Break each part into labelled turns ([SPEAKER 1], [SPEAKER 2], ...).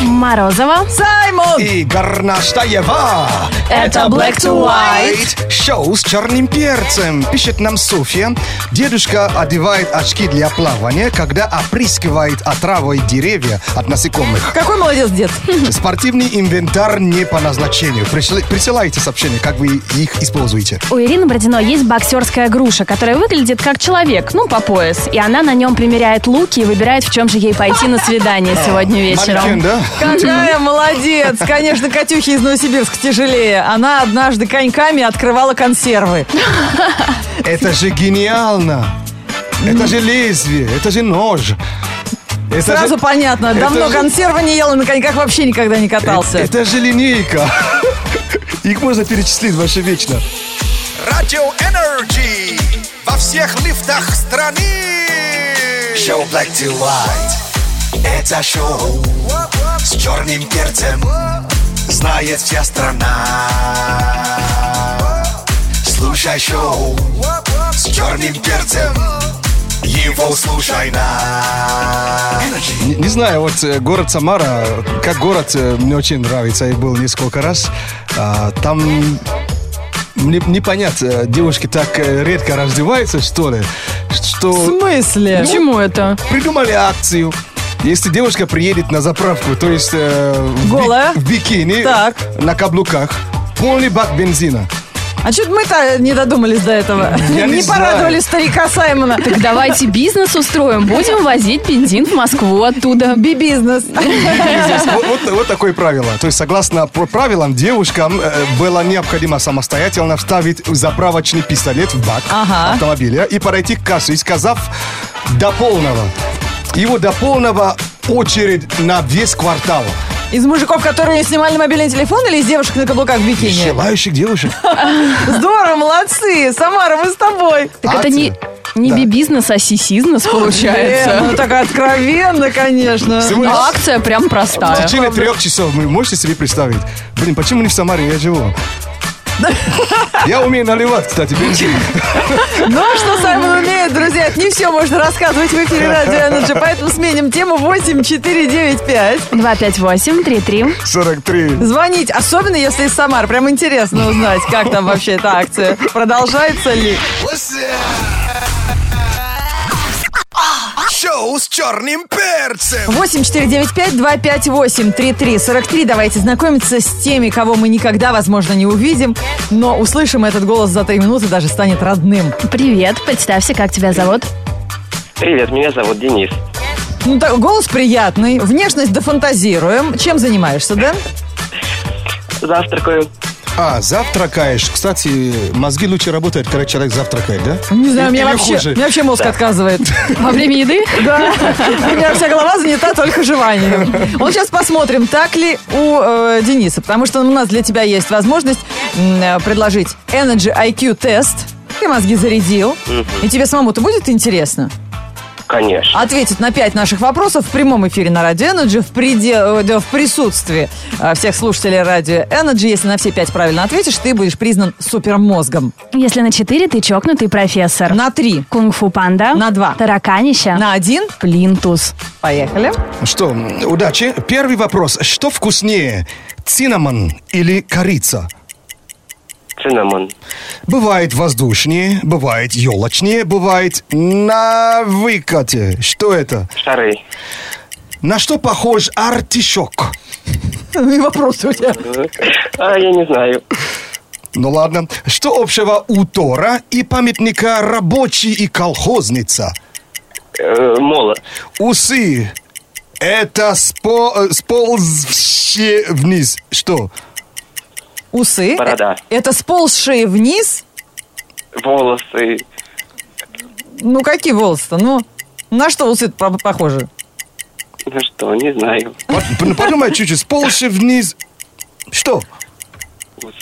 [SPEAKER 1] Морозова.
[SPEAKER 2] Саймон!
[SPEAKER 3] и Горнаштаева.
[SPEAKER 1] Это Black to White.
[SPEAKER 3] Шоу с черным перцем. Пишет нам Софья. Дедушка одевает очки для плавания, когда опрыскивает отравой деревья от насекомых.
[SPEAKER 2] Какой молодец дед.
[SPEAKER 3] Спортивный инвентарь не по назначению. Пришли- присылайте сообщения, как вы их используете.
[SPEAKER 1] У Ирины Бродиной есть боксерская груша, которая выглядит как человек, ну, по пояс. И она на нем примеряет луки и выбирает, в чем же ей пойти на свидание сегодня
[SPEAKER 3] Манекен,
[SPEAKER 1] вечером.
[SPEAKER 3] да?
[SPEAKER 2] Какая молодец! Конечно, Катюхе из Новосибирска тяжелее. Она однажды коньками открывала консервы.
[SPEAKER 3] Это же гениально. Это же лезвие, это же нож. Это
[SPEAKER 2] Сразу
[SPEAKER 3] же-
[SPEAKER 2] понятно,
[SPEAKER 3] это
[SPEAKER 2] давно
[SPEAKER 3] же-
[SPEAKER 2] консервы не ел и на коньках вообще никогда не катался.
[SPEAKER 3] Это же линейка. Их можно перечислить вообще вечно.
[SPEAKER 4] Радио Энерджи во всех лифтах страны. Шоу Black to White. Это шоу с черным перцем. Знает вся страна. Слушай шоу с черным перцем. Его слушай на.
[SPEAKER 3] Не, не знаю, вот э, город Самара, э, как город, э, мне очень нравится. Я был несколько раз. А, там мне непонятно, э, девушки так э, редко раздеваются, что ли,
[SPEAKER 2] В
[SPEAKER 3] что Ну,
[SPEAKER 2] смысле?
[SPEAKER 1] Почему это?
[SPEAKER 3] придумали акцию. Если девушка приедет на заправку, то есть э, в би-
[SPEAKER 2] Голая?
[SPEAKER 3] в бикини,
[SPEAKER 2] Так.
[SPEAKER 3] на каблуках, полный бак бензина.
[SPEAKER 2] А что мы-то не додумались до этого?
[SPEAKER 3] Я не
[SPEAKER 2] Не
[SPEAKER 3] знаю.
[SPEAKER 2] порадовали старика Саймона.
[SPEAKER 1] Так давайте бизнес устроим. Будем возить бензин в Москву оттуда.
[SPEAKER 2] Би-бизнес.
[SPEAKER 3] Здесь Вот, вот- вот такое правило. То есть, согласно пр- правилам, девушкам э, было необходимо самостоятельно вставить заправочный пистолет в бак
[SPEAKER 2] Ага.
[SPEAKER 3] автомобиля и подойти к кассе, и сказав до полного. Его до полного очередь на весь квартал.
[SPEAKER 2] Из мужиков, которые снимали мобильный телефон или из девушек на каблуках в бикини?
[SPEAKER 3] Желающих девушек.
[SPEAKER 2] Здорово, молодцы! Самара, мы с тобой!
[SPEAKER 1] Так это не, не
[SPEAKER 3] Да.
[SPEAKER 1] би-бизнес, а си-бизнес
[SPEAKER 2] Э,
[SPEAKER 1] получается.
[SPEAKER 2] ну так откровенно, конечно.
[SPEAKER 3] Всего лишь
[SPEAKER 1] Но акция прям
[SPEAKER 3] в
[SPEAKER 1] простая.
[SPEAKER 3] течение трех часов. Вы можете себе представить? Блин, почему не в Самаре? Я живу. Я умею наливать, кстати, бензин.
[SPEAKER 2] Ну, что Саймон умеет, друзья, это не все можно рассказывать в эфире Радио Energy, поэтому сменим тему 8495.
[SPEAKER 1] 258-33.
[SPEAKER 3] 43.
[SPEAKER 2] Звонить, особенно если из Самар. Прям интересно узнать, как там вообще эта акция. Продолжается ли?
[SPEAKER 4] Шоу с черным перцем.
[SPEAKER 2] 8495-258-3343. Давайте знакомиться с теми, кого мы никогда, возможно, не увидим, но услышим этот голос за три минуты, даже станет родным.
[SPEAKER 1] Привет, представься, как тебя зовут?
[SPEAKER 5] Привет, меня зовут Денис.
[SPEAKER 2] Ну, так, голос приятный, внешность дофантазируем. Чем занимаешься, да?
[SPEAKER 5] Завтракаю.
[SPEAKER 3] А, завтракаешь. Кстати, мозги лучше работают, когда человек завтракает, да?
[SPEAKER 2] Не знаю,
[SPEAKER 3] Или-
[SPEAKER 2] мне
[SPEAKER 3] или
[SPEAKER 2] вообще,
[SPEAKER 3] хуже?
[SPEAKER 2] мне вообще мозг отказывает.
[SPEAKER 1] Во время еды?
[SPEAKER 2] Да, у меня вся голова занята только жеванием. Вот сейчас посмотрим, так ли у э, Дениса, потому что у нас для тебя есть возможность м, э, предложить Energy IQ тест. Ты мозги зарядил, и тебе самому-то будет интересно
[SPEAKER 5] Конечно.
[SPEAKER 2] ответить на пять наших вопросов в прямом эфире на Радио Energy в, преде- э, да, в присутствии э, всех слушателей Радио Energy. Если на все пять правильно ответишь, ты будешь признан супермозгом.
[SPEAKER 1] Если на 4, ты чокнутый профессор.
[SPEAKER 2] На три,
[SPEAKER 1] Кунг-фу панда.
[SPEAKER 2] На два.
[SPEAKER 1] Тараканище.
[SPEAKER 2] на один,
[SPEAKER 1] Плинтус.
[SPEAKER 2] поехали.
[SPEAKER 3] Что, м, удачи. Первый вопрос. Что вкуснее, цинамон или корица?
[SPEAKER 5] Цинамон.
[SPEAKER 3] Бывает воздушнее, бывает елочнее, бывает на выкате. Что это?
[SPEAKER 5] Шары.
[SPEAKER 3] На что похож артишок?
[SPEAKER 2] И вопросы у тебя.
[SPEAKER 5] А, я не знаю.
[SPEAKER 3] Ну ладно. Что общего у Тора и памятника рабочий и колхозница?
[SPEAKER 5] Э, Мола.
[SPEAKER 3] Усы. Это спо- э, сползшие вниз. Что?
[SPEAKER 2] Усы.
[SPEAKER 5] Борода.
[SPEAKER 2] Э- Это сползшие вниз.
[SPEAKER 5] Волосы.
[SPEAKER 2] Ну, какие волосы-то? Ну, на что усы похожи?
[SPEAKER 5] Ну что, не знаю.
[SPEAKER 3] Вот, ну, Подумай чуть-чуть. Сползшие вниз. Что?
[SPEAKER 5] Усы.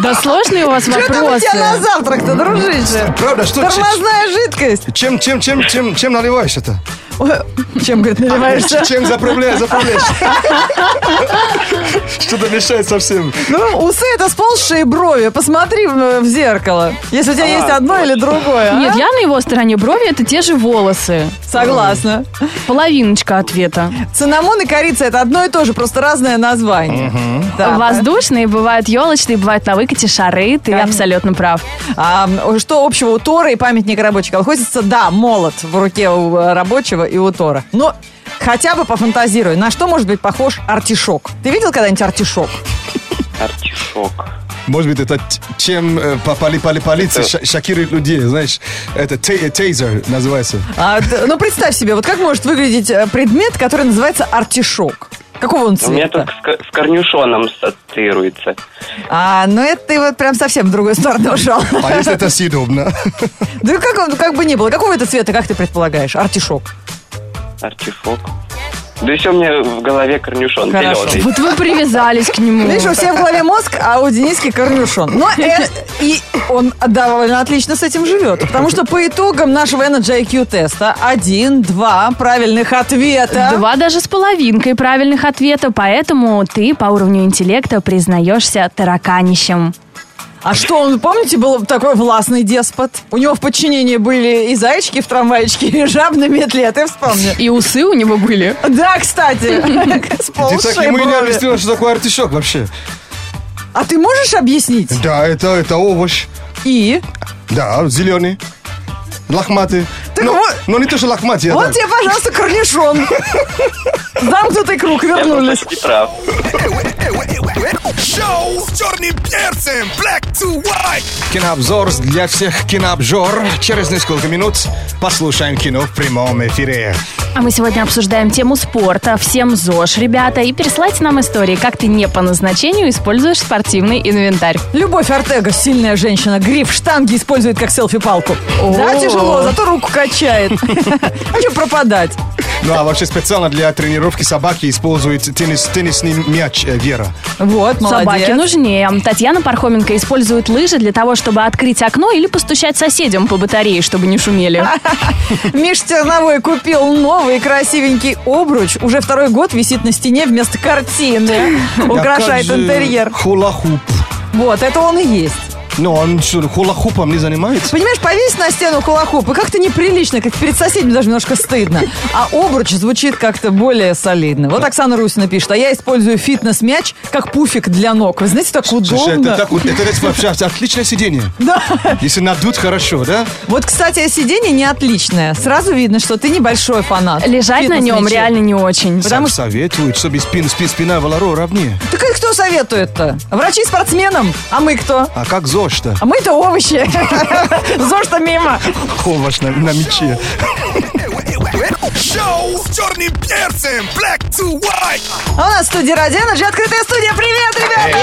[SPEAKER 1] Да сложные у вас
[SPEAKER 2] Что у
[SPEAKER 1] вопросы.
[SPEAKER 2] тебя на завтрак-то, дружище?
[SPEAKER 3] Правда, что?
[SPEAKER 2] Тормозная жидкость.
[SPEAKER 3] Чем, чем, чем, чем, чем наливаешь это?
[SPEAKER 2] Чем, говорит, наливаешься?
[SPEAKER 3] Чем заправляешь, заправляешь. Что-то мешает совсем.
[SPEAKER 2] Ну, усы это сползшие брови. Посмотри в, в зеркало. Если у тебя есть одно или другое. а?
[SPEAKER 1] Нет, я на его стороне. Брови это те же волосы.
[SPEAKER 2] Согласна.
[SPEAKER 1] Половиночка ответа.
[SPEAKER 2] Цинамон и корица это одно и то же, просто разное название. Да.
[SPEAKER 1] Воздушные бывают елочные, бывают на выкате шары. Ты абсолютно прав.
[SPEAKER 2] А, м, что общего у Тора и памятника рабочей колхозица? Да, молот в руке у э, рабочего и у Тора. Но хотя бы пофантазируй, на что может быть похож артишок? Ты видел когда-нибудь артишок?
[SPEAKER 5] Артишок.
[SPEAKER 3] Может быть, это т- чем э, попали пали полиция ша- шокирует людей, знаешь. Это те- э, тейзер называется.
[SPEAKER 2] А, д- ну, представь себе, вот как может выглядеть э, предмет, который называется артишок? Какого он
[SPEAKER 5] У меня
[SPEAKER 2] цвета?
[SPEAKER 5] только с ко- с корнюшоном ассоциируется.
[SPEAKER 2] А, ну это ты вот прям совсем в другую сторону ушел.
[SPEAKER 3] А если это съедобно?
[SPEAKER 2] Да как, он- как бы ни было, какого это цвета, как ты предполагаешь? Артишок.
[SPEAKER 5] Артишок. Да еще у меня в голове корнюшон
[SPEAKER 2] Хорошо.
[SPEAKER 5] зеленый.
[SPEAKER 1] Вот вы привязались к нему.
[SPEAKER 2] Видишь, у всех в голове мозг, а у Дениски корнюшон. Но э- и он довольно отлично с этим живет. Потому что по итогам нашего Energy IQ теста один, два правильных ответа.
[SPEAKER 1] Два даже с половинкой правильных ответа, поэтому ты по уровню интеллекта признаешься тараканищем.
[SPEAKER 2] А что он, помните, был такой властный деспот? У него в подчинении были и зайчики в трамвайчике, и жаб на метле, а ты вспомни.
[SPEAKER 1] И усы у него были.
[SPEAKER 2] Да, кстати. с
[SPEAKER 3] Ты так
[SPEAKER 2] полшей
[SPEAKER 3] ему и не
[SPEAKER 2] брови.
[SPEAKER 3] объяснила, что такое артишок вообще.
[SPEAKER 2] А ты можешь объяснить?
[SPEAKER 3] Да, это, это овощ.
[SPEAKER 2] И?
[SPEAKER 3] Да, зеленый. Лохматый.
[SPEAKER 2] Так
[SPEAKER 3] но,
[SPEAKER 2] вот-
[SPEAKER 3] но не то, что лохматый. я
[SPEAKER 2] Вот
[SPEAKER 3] так.
[SPEAKER 2] тебе, пожалуйста, корнишон. Замкнутый круг,
[SPEAKER 5] Я
[SPEAKER 2] вернулись.
[SPEAKER 5] просто не прав.
[SPEAKER 4] Шоу с черным перцем. Black to white.
[SPEAKER 3] Кинообзор для всех кинообзор. Через несколько минут послушаем кино в прямом эфире.
[SPEAKER 1] А мы сегодня обсуждаем тему спорта. Всем ЗОЖ, ребята. И переслайте нам истории, как ты не по назначению используешь спортивный инвентарь.
[SPEAKER 2] Любовь Артега, сильная женщина, гриф штанги использует как селфи-палку. Да,
[SPEAKER 1] О.
[SPEAKER 2] тяжело, зато руку качает. А что пропадать?
[SPEAKER 3] Ну а вообще специально для тренировки собаки использует теннис, теннисный мяч э, Вера.
[SPEAKER 2] Вот,
[SPEAKER 1] Собаки
[SPEAKER 2] молодец.
[SPEAKER 1] нужнее. Татьяна Пархоменко использует лыжи для того, чтобы открыть окно или постучать соседям по батарее, чтобы не шумели.
[SPEAKER 2] Миш Терновой купил новый красивенький обруч. Уже второй год висит на стене вместо картины. Украшает интерьер.
[SPEAKER 3] Хула-хуп.
[SPEAKER 2] Вот, это он и есть.
[SPEAKER 3] Но Ну, он что, хула-хупом не занимается?
[SPEAKER 2] Понимаешь, повесь на стену кулаков, и как-то неприлично, как перед соседями даже немножко стыдно. А обруч звучит как-то более солидно. Вот Оксана Русина пишет, а я использую фитнес-мяч как пуфик для ног. Вы знаете, так
[SPEAKER 3] Слушай, это,
[SPEAKER 2] удобно.
[SPEAKER 3] так вот- это вообще отличное сиденье.
[SPEAKER 2] Да.
[SPEAKER 3] Если надут, хорошо, да?
[SPEAKER 2] Вот, кстати, а сиденье не отличное. Сразу видно, что ты небольшой фанат.
[SPEAKER 1] Лежать на нем
[SPEAKER 2] фитнес-мячей.
[SPEAKER 1] реально не очень.
[SPEAKER 3] Сам советует, чтобы спин, спин, спина была ровнее.
[SPEAKER 2] Так и кто советует-то? Врачи спортсменам. А мы кто?
[SPEAKER 3] А как ЗОЖ-то?
[SPEAKER 2] А мы-то овощи. Зож-то мимо.
[SPEAKER 3] Овощ на, на мече.
[SPEAKER 4] Шоу с черным перцем. Black to white.
[SPEAKER 2] А у нас в студии Радио Energy открытая студия. Привет, ребята!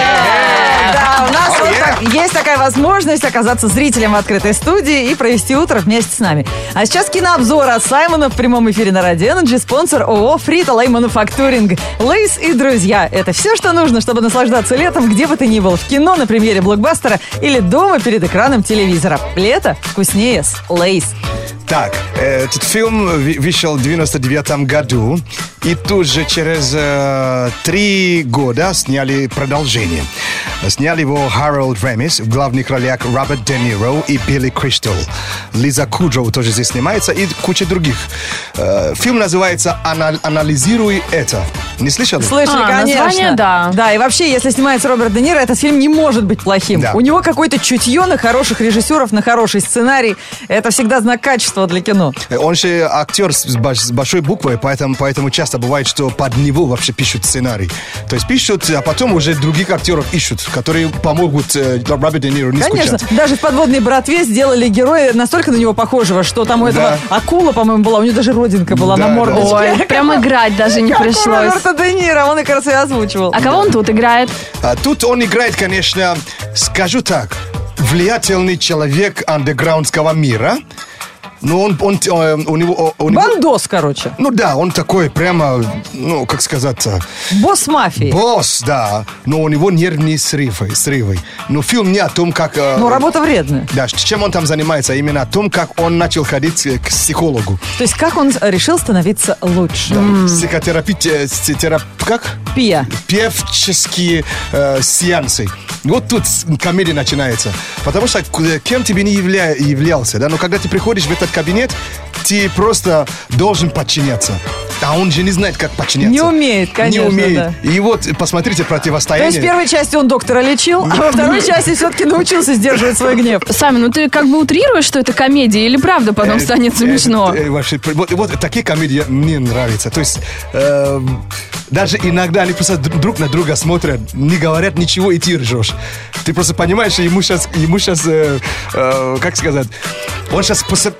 [SPEAKER 2] Да, у нас вот так- есть такая возможность оказаться зрителем в открытой студии и провести утро вместе с нами. А сейчас кинообзор от Саймона в прямом эфире на Радио Energy, спонсор ООО «Фрита Лей Мануфактуринг». Лейс и друзья – это все, что нужно, чтобы наслаждаться летом, где бы ты ни был, в кино, на премьере блокбастера или дома перед экраном телевизора. Лето вкуснее с Лейс.
[SPEAKER 3] Так, э, этот фильм ви- вышел в 99 году, и тут же через э, три года сняли продолжение. Сняли его Харольд Ремис в главных ролях Роберт Де Ниро и Билли Кристал. Лиза Кудроу тоже здесь снимается и куча других. Э, фильм называется «Ана- «Анализируй это». Не слышали?
[SPEAKER 2] Слышали,
[SPEAKER 1] А,
[SPEAKER 2] конечно.
[SPEAKER 1] название, да.
[SPEAKER 2] Да, и вообще, если снимается Роберт Де Ниро, этот фильм не может быть плохим.
[SPEAKER 3] Да.
[SPEAKER 2] У него какое-то чутье на хороших режиссеров, на хороший сценарий. Это всегда знак качества для кино.
[SPEAKER 3] Э, Он же актер с, баш- с большой буквой, поэтому, поэтому часто бывает, что под него вообще пишут сценарий. То есть пишут, а потом уже других актеров ищут, которые помогут э, Роберту Де Ниро не
[SPEAKER 2] Конечно,
[SPEAKER 3] скучать.
[SPEAKER 2] даже в «Подводной братве» сделали героя настолько на него похожего, что там у этого акула, по-моему, была, у него даже родинка была
[SPEAKER 3] Да,
[SPEAKER 2] на
[SPEAKER 3] да.
[SPEAKER 2] мордочке.
[SPEAKER 1] Ой, прям играть даже не пришлось.
[SPEAKER 2] Роберта Де Ниро, он и как раз и озвучивал.
[SPEAKER 1] А кого он тут играет?
[SPEAKER 3] А тут он играет, конечно, скажу так, влиятельный человек андеграундского мира, Но он, он, э, у него... у него-
[SPEAKER 2] Бандос, короче.
[SPEAKER 3] ну да, он такой прямо, ну, как сказать, э,
[SPEAKER 2] Босс мафии.
[SPEAKER 3] босс, да. Но у него нервные срывы. срывы. Но фильм не о том, как... э,
[SPEAKER 2] Ну, работа вредная.
[SPEAKER 3] Да, ч- чем он там занимается, а именно о том, как он начал ходить э, к психологу.
[SPEAKER 2] То есть как он решил становиться лучше?
[SPEAKER 3] Психотерапи- э, с- терап- Как?
[SPEAKER 2] Пия.
[SPEAKER 3] певческие э, сеансы. И Вот тут с- комедия начинается. Потому что к- кем тебе не явля- являлся, да, но когда ты приходишь в этот кабинет, ты просто должен подчиняться. А он же не знает, как подчиняться.
[SPEAKER 2] Не умеет, конечно,
[SPEAKER 3] Не умеет.
[SPEAKER 2] да.
[SPEAKER 3] И вот, посмотрите,
[SPEAKER 2] То есть
[SPEAKER 3] противостояние.
[SPEAKER 2] в первой части он доктора лечил, а во второй части все-таки научился сдерживать свой гнев.
[SPEAKER 1] Сами, ну ты как бы утрируешь, что это комедия, или правда потом
[SPEAKER 3] Э,
[SPEAKER 1] станет
[SPEAKER 3] э,
[SPEAKER 1] смешно?
[SPEAKER 3] э, вообще, пр- вот, вот такие комедии мне нравятся. То есть э, даже иногда они просто др- друг на друга смотрят, не говорят ничего, и ты ржешь. Ты просто понимаешь, что ему сейчас, ему сейчас, как сказать, он сейчас просто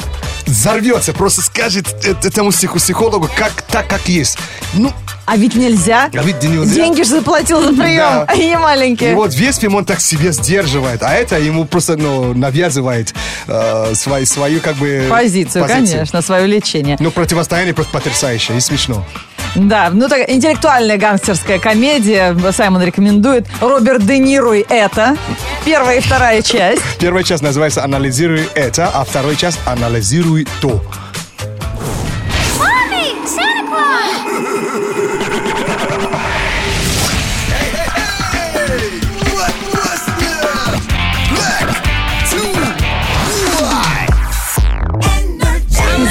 [SPEAKER 3] взорвется, просто скажет э- этому псих- психологу, как так, как есть. Ну,
[SPEAKER 2] А ведь нельзя.
[SPEAKER 3] а ведь не
[SPEAKER 2] Деньги же заплатил за прием,
[SPEAKER 3] Да.
[SPEAKER 2] а не
[SPEAKER 3] и
[SPEAKER 2] маленькие.
[SPEAKER 3] вот весь фильм он так себе сдерживает, а это ему просто ну, навязывает э, свой- свою как бы
[SPEAKER 2] Позицию,
[SPEAKER 3] позицию.
[SPEAKER 2] конечно, свое лечение.
[SPEAKER 3] Ну, противостояние просто потрясающее и смешно.
[SPEAKER 2] Да, ну так интеллектуальная гангстерская комедия. Саймон рекомендует. Роберт Де Ниро и это. Первая и вторая часть.
[SPEAKER 3] Первая часть называется «Анализируй это», а второй час «Анализируй то».
[SPEAKER 4] What was the black to white?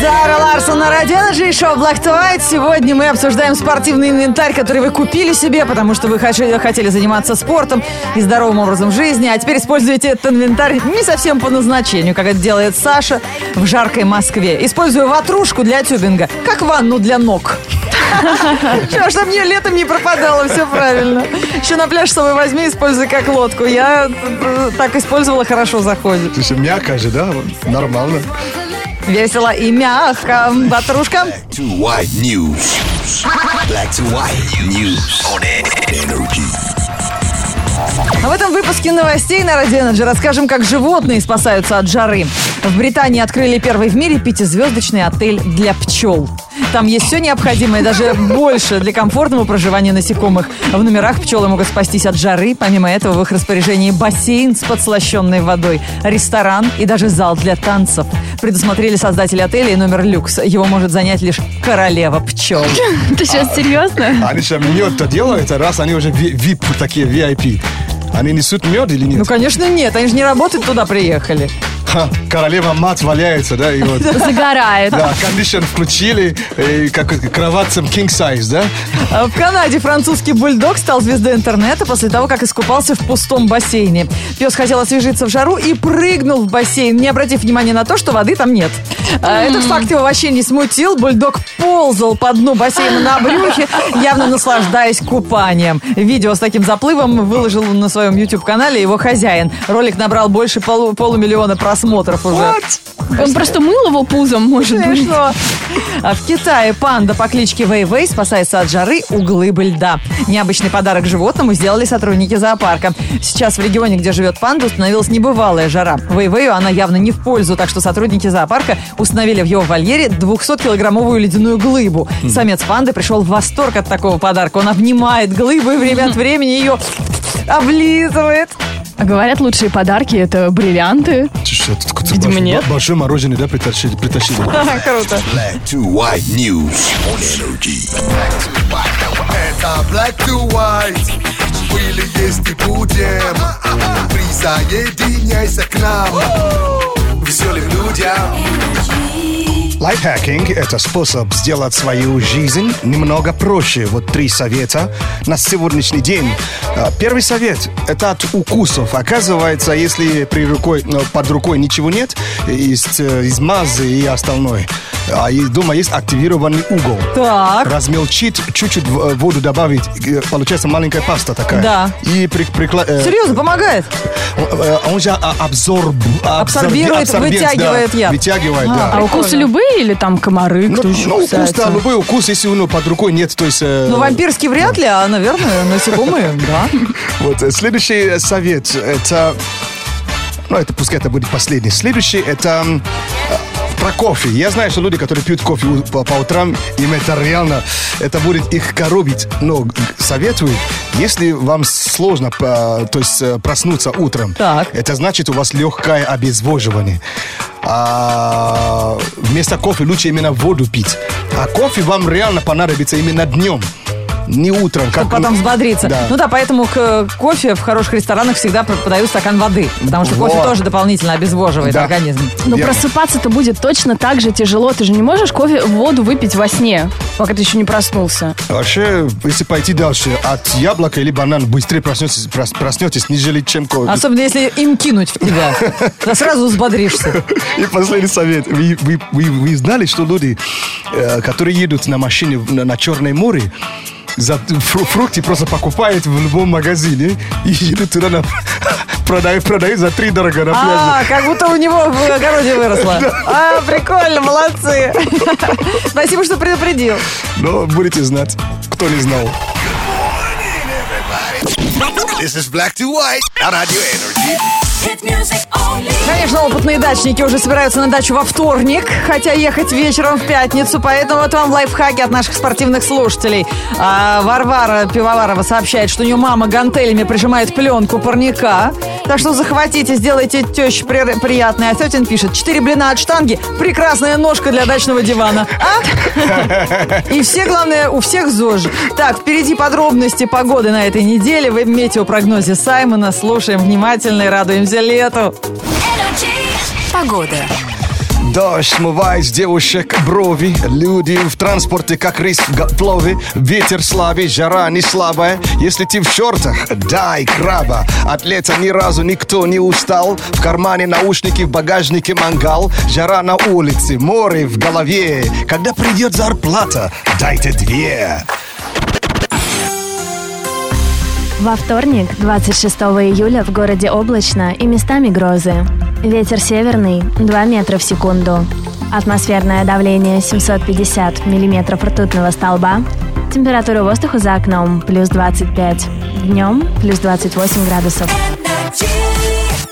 [SPEAKER 2] Зара Ларсон на Радио Energy и шоу Black to White. Сегодня мы обсуждаем спортивный инвентарь, который вы купили себе, потому что вы хочу- хотели заниматься спортом и здоровым образом жизни, а теперь используете этот инвентарь не совсем по назначению, как это делает Саша в жаркой Москве. Использую ватрушку для тюбинга, как ванну для ног. Что, Чтобы мне летом не пропадало, все правильно. Еще на пляж с собой возьми, используй как лодку. Я э, так использовала, хорошо заходит.
[SPEAKER 3] Слушай, мягко же, да? Нормально.
[SPEAKER 2] Весело и мягко. Ватрушка.
[SPEAKER 4] To white news. Black to white news on energy.
[SPEAKER 2] А В этом выпуске новостей на Радио Энерджи расскажем, как животные спасаются от жары. В Британии открыли первый в мире пятизвездочный отель для пчел. Там есть все необходимое, даже больше для комфортного проживания насекомых. В номерах пчелы могут спастись от жары. Помимо этого, в их распоряжении бассейн с подслащенной водой, ресторан и даже зал для танцев. Предусмотрели создатели отеля и номер люкс. Его может занять лишь королева пчел.
[SPEAKER 3] э.
[SPEAKER 1] Ты сейчас серьезно?
[SPEAKER 3] Они же мед-то делают, а раз они уже ви- VIP, такие VIP. Они несут мед или
[SPEAKER 2] Ну,
[SPEAKER 3] нет?
[SPEAKER 2] конечно, нет. Они же не работать туда приехали.
[SPEAKER 3] Ха, королева мат валяется, да, и вот.
[SPEAKER 1] Загорает.
[SPEAKER 3] Да, кондишн включили, и как кровать там king size, да?
[SPEAKER 2] А В Канаде французский бульдог стал звездой интернета после того, как искупался в пустом бассейне. Пес хотел освежиться в жару и прыгнул в бассейн, не обратив внимания на то, что воды там нет. А Этот факт его вообще не смутил. Бульдог ползал по дну бассейна на брюхе, явно наслаждаясь купанием. Видео с таким заплывом выложил на своем YouTube-канале его хозяин. Ролик набрал больше полу- полумиллиона просмотров уже.
[SPEAKER 1] Он просто мыл его пузом, может быть.
[SPEAKER 2] Смешно. А в Китае панда по кличке Вэй-Вэй спасается от жары у глыбы льда. Необычный подарок животному сделали сотрудники зоопарка. Сейчас в регионе, где живет панда, установилась небывалая жара. Вэй-Вэю она явно не в пользу, так что сотрудники зоопарка установили в его вольере 200-килограммовую ледяную глыбу. Самец панды пришел в восторг от такого подарка. Он обнимает глыбу и время от времени ее облизывает.
[SPEAKER 1] А Говорят, лучшие подарки это бриллианты.
[SPEAKER 3] Слушай, тут какой-то
[SPEAKER 1] Видимо,
[SPEAKER 3] большой-
[SPEAKER 1] нет.
[SPEAKER 3] Большое мороженое, да, притащили? притащили.
[SPEAKER 2] Круто.
[SPEAKER 1] А
[SPEAKER 4] Black to white news on energy. Black to white. Это black to white. Были, есть и будем. Присоединяйся к нам. Веселым людям.
[SPEAKER 3] Лайфхакинг – это способ сделать свою жизнь немного проще. Вот три совета на сегодняшний день. А, Первый совет – это от укусов. Оказывается, если при рукой, ну, под рукой ничего нет, есть э, измазы и остальное. А и дома есть активированный угол.
[SPEAKER 2] Так.
[SPEAKER 3] Размелчить, чуть-чуть в- э, воду добавить, э, получается маленькая паста такая.
[SPEAKER 2] Да.
[SPEAKER 3] И при, прикла- э,
[SPEAKER 2] Серьезно, помогает?
[SPEAKER 3] э, он же а, абсорб, абсорби-
[SPEAKER 2] Абсорбирует,
[SPEAKER 3] да.
[SPEAKER 2] вытягивает яд.
[SPEAKER 3] Вытягивает, да.
[SPEAKER 1] А укусы любые или там комары?
[SPEAKER 3] Ну,
[SPEAKER 1] кто еще
[SPEAKER 3] ну, укус,
[SPEAKER 1] кусается?
[SPEAKER 3] да, любой укус, если ну, под рукой нет, то есть... э,
[SPEAKER 2] Ну, вампирский вряд ли, а, наверное, насекомые, да.
[SPEAKER 3] Вот, э, следующий э, совет, это... Ну, это пускай это будет последний. Следующий, это... м, Про кофе. Я знаю, что люди, которые пьют кофе у- по, по утрам, им это реально, это будет их коробить. Но г- советую, если вам сложно, по- то есть э, проснуться утром,
[SPEAKER 2] Так.
[SPEAKER 3] это значит у вас легкое обезвоживание. А вместо кофе лучше именно воду пить. А кофе вам реально понадобится именно днем, не утром. Как
[SPEAKER 2] Чтобы потом взбодриться.
[SPEAKER 3] Да.
[SPEAKER 2] Ну да, поэтому к кофе в хороших ресторанах всегда п- подают стакан воды. Потому что кофе
[SPEAKER 3] Вот.
[SPEAKER 2] тоже дополнительно обезвоживает
[SPEAKER 3] Да.
[SPEAKER 2] организм.
[SPEAKER 1] Но
[SPEAKER 3] Верно.
[SPEAKER 1] Ну, просыпаться-то будет точно так же тяжело. Ты же не можешь кофе, воду выпить во сне, пока ты еще не проснулся.
[SPEAKER 3] Вообще, если пойти дальше, от яблока или банана быстрее проснетесь, прос- проснетесь нежели чем кофе.
[SPEAKER 2] Особенно если им кинуть в тебя. Да сразу взбодришься.
[SPEAKER 3] И последний совет. Вы, вы- вы- вы знали, что люди, э, которые едут на машине в- на, на Черное море, за фру- фрукты просто покупают в любом магазине и едут туда, на, продают, продают за три дорого на пляже.
[SPEAKER 2] А, как будто у него в огороде выросло. А, прикольно, молодцы. Спасибо, что предупредил.
[SPEAKER 3] Но будете знать, кто не знал.
[SPEAKER 4] This is Black to White на Radio Energy.
[SPEAKER 6] Hit music only.
[SPEAKER 2] Конечно, опытные дачники уже собираются на дачу во вторник, хотя ехать вечером в пятницу, поэтому вот вам лайфхаки от наших спортивных слушателей. А, Варвара Пивоварова сообщает, что у нее мама гантелями прижимает пленку парника, так что захватите, сделайте тещ приятное. А тетин пишет, четыре блина от штанги, прекрасная ножка для дачного дивана. А? И все, главное, у всех ЗОЖ. Так, впереди подробности погоды на этой неделе. В метеопрогнозе Саймона слушаем внимательно и радуемся лету.
[SPEAKER 6] Energy. Погода.
[SPEAKER 3] Дождь смывает с девушек брови Люди в транспорте, как рис в готове Ветер слабый, жара не слабая Если ты в шортах, дай краба От лета ни разу никто не устал В кармане наушники, в багажнике мангал Жара на улице, море в голове Когда придет зарплата, дайте две
[SPEAKER 7] Во вторник, 26 июля, в городе облачно и местами грозы. Ветер северный 2 метра в секунду. Атмосферное давление 750 миллиметров ртутного столба. Температура воздуха за окном плюс 25. Днем плюс 28 градусов.
[SPEAKER 6] Energy.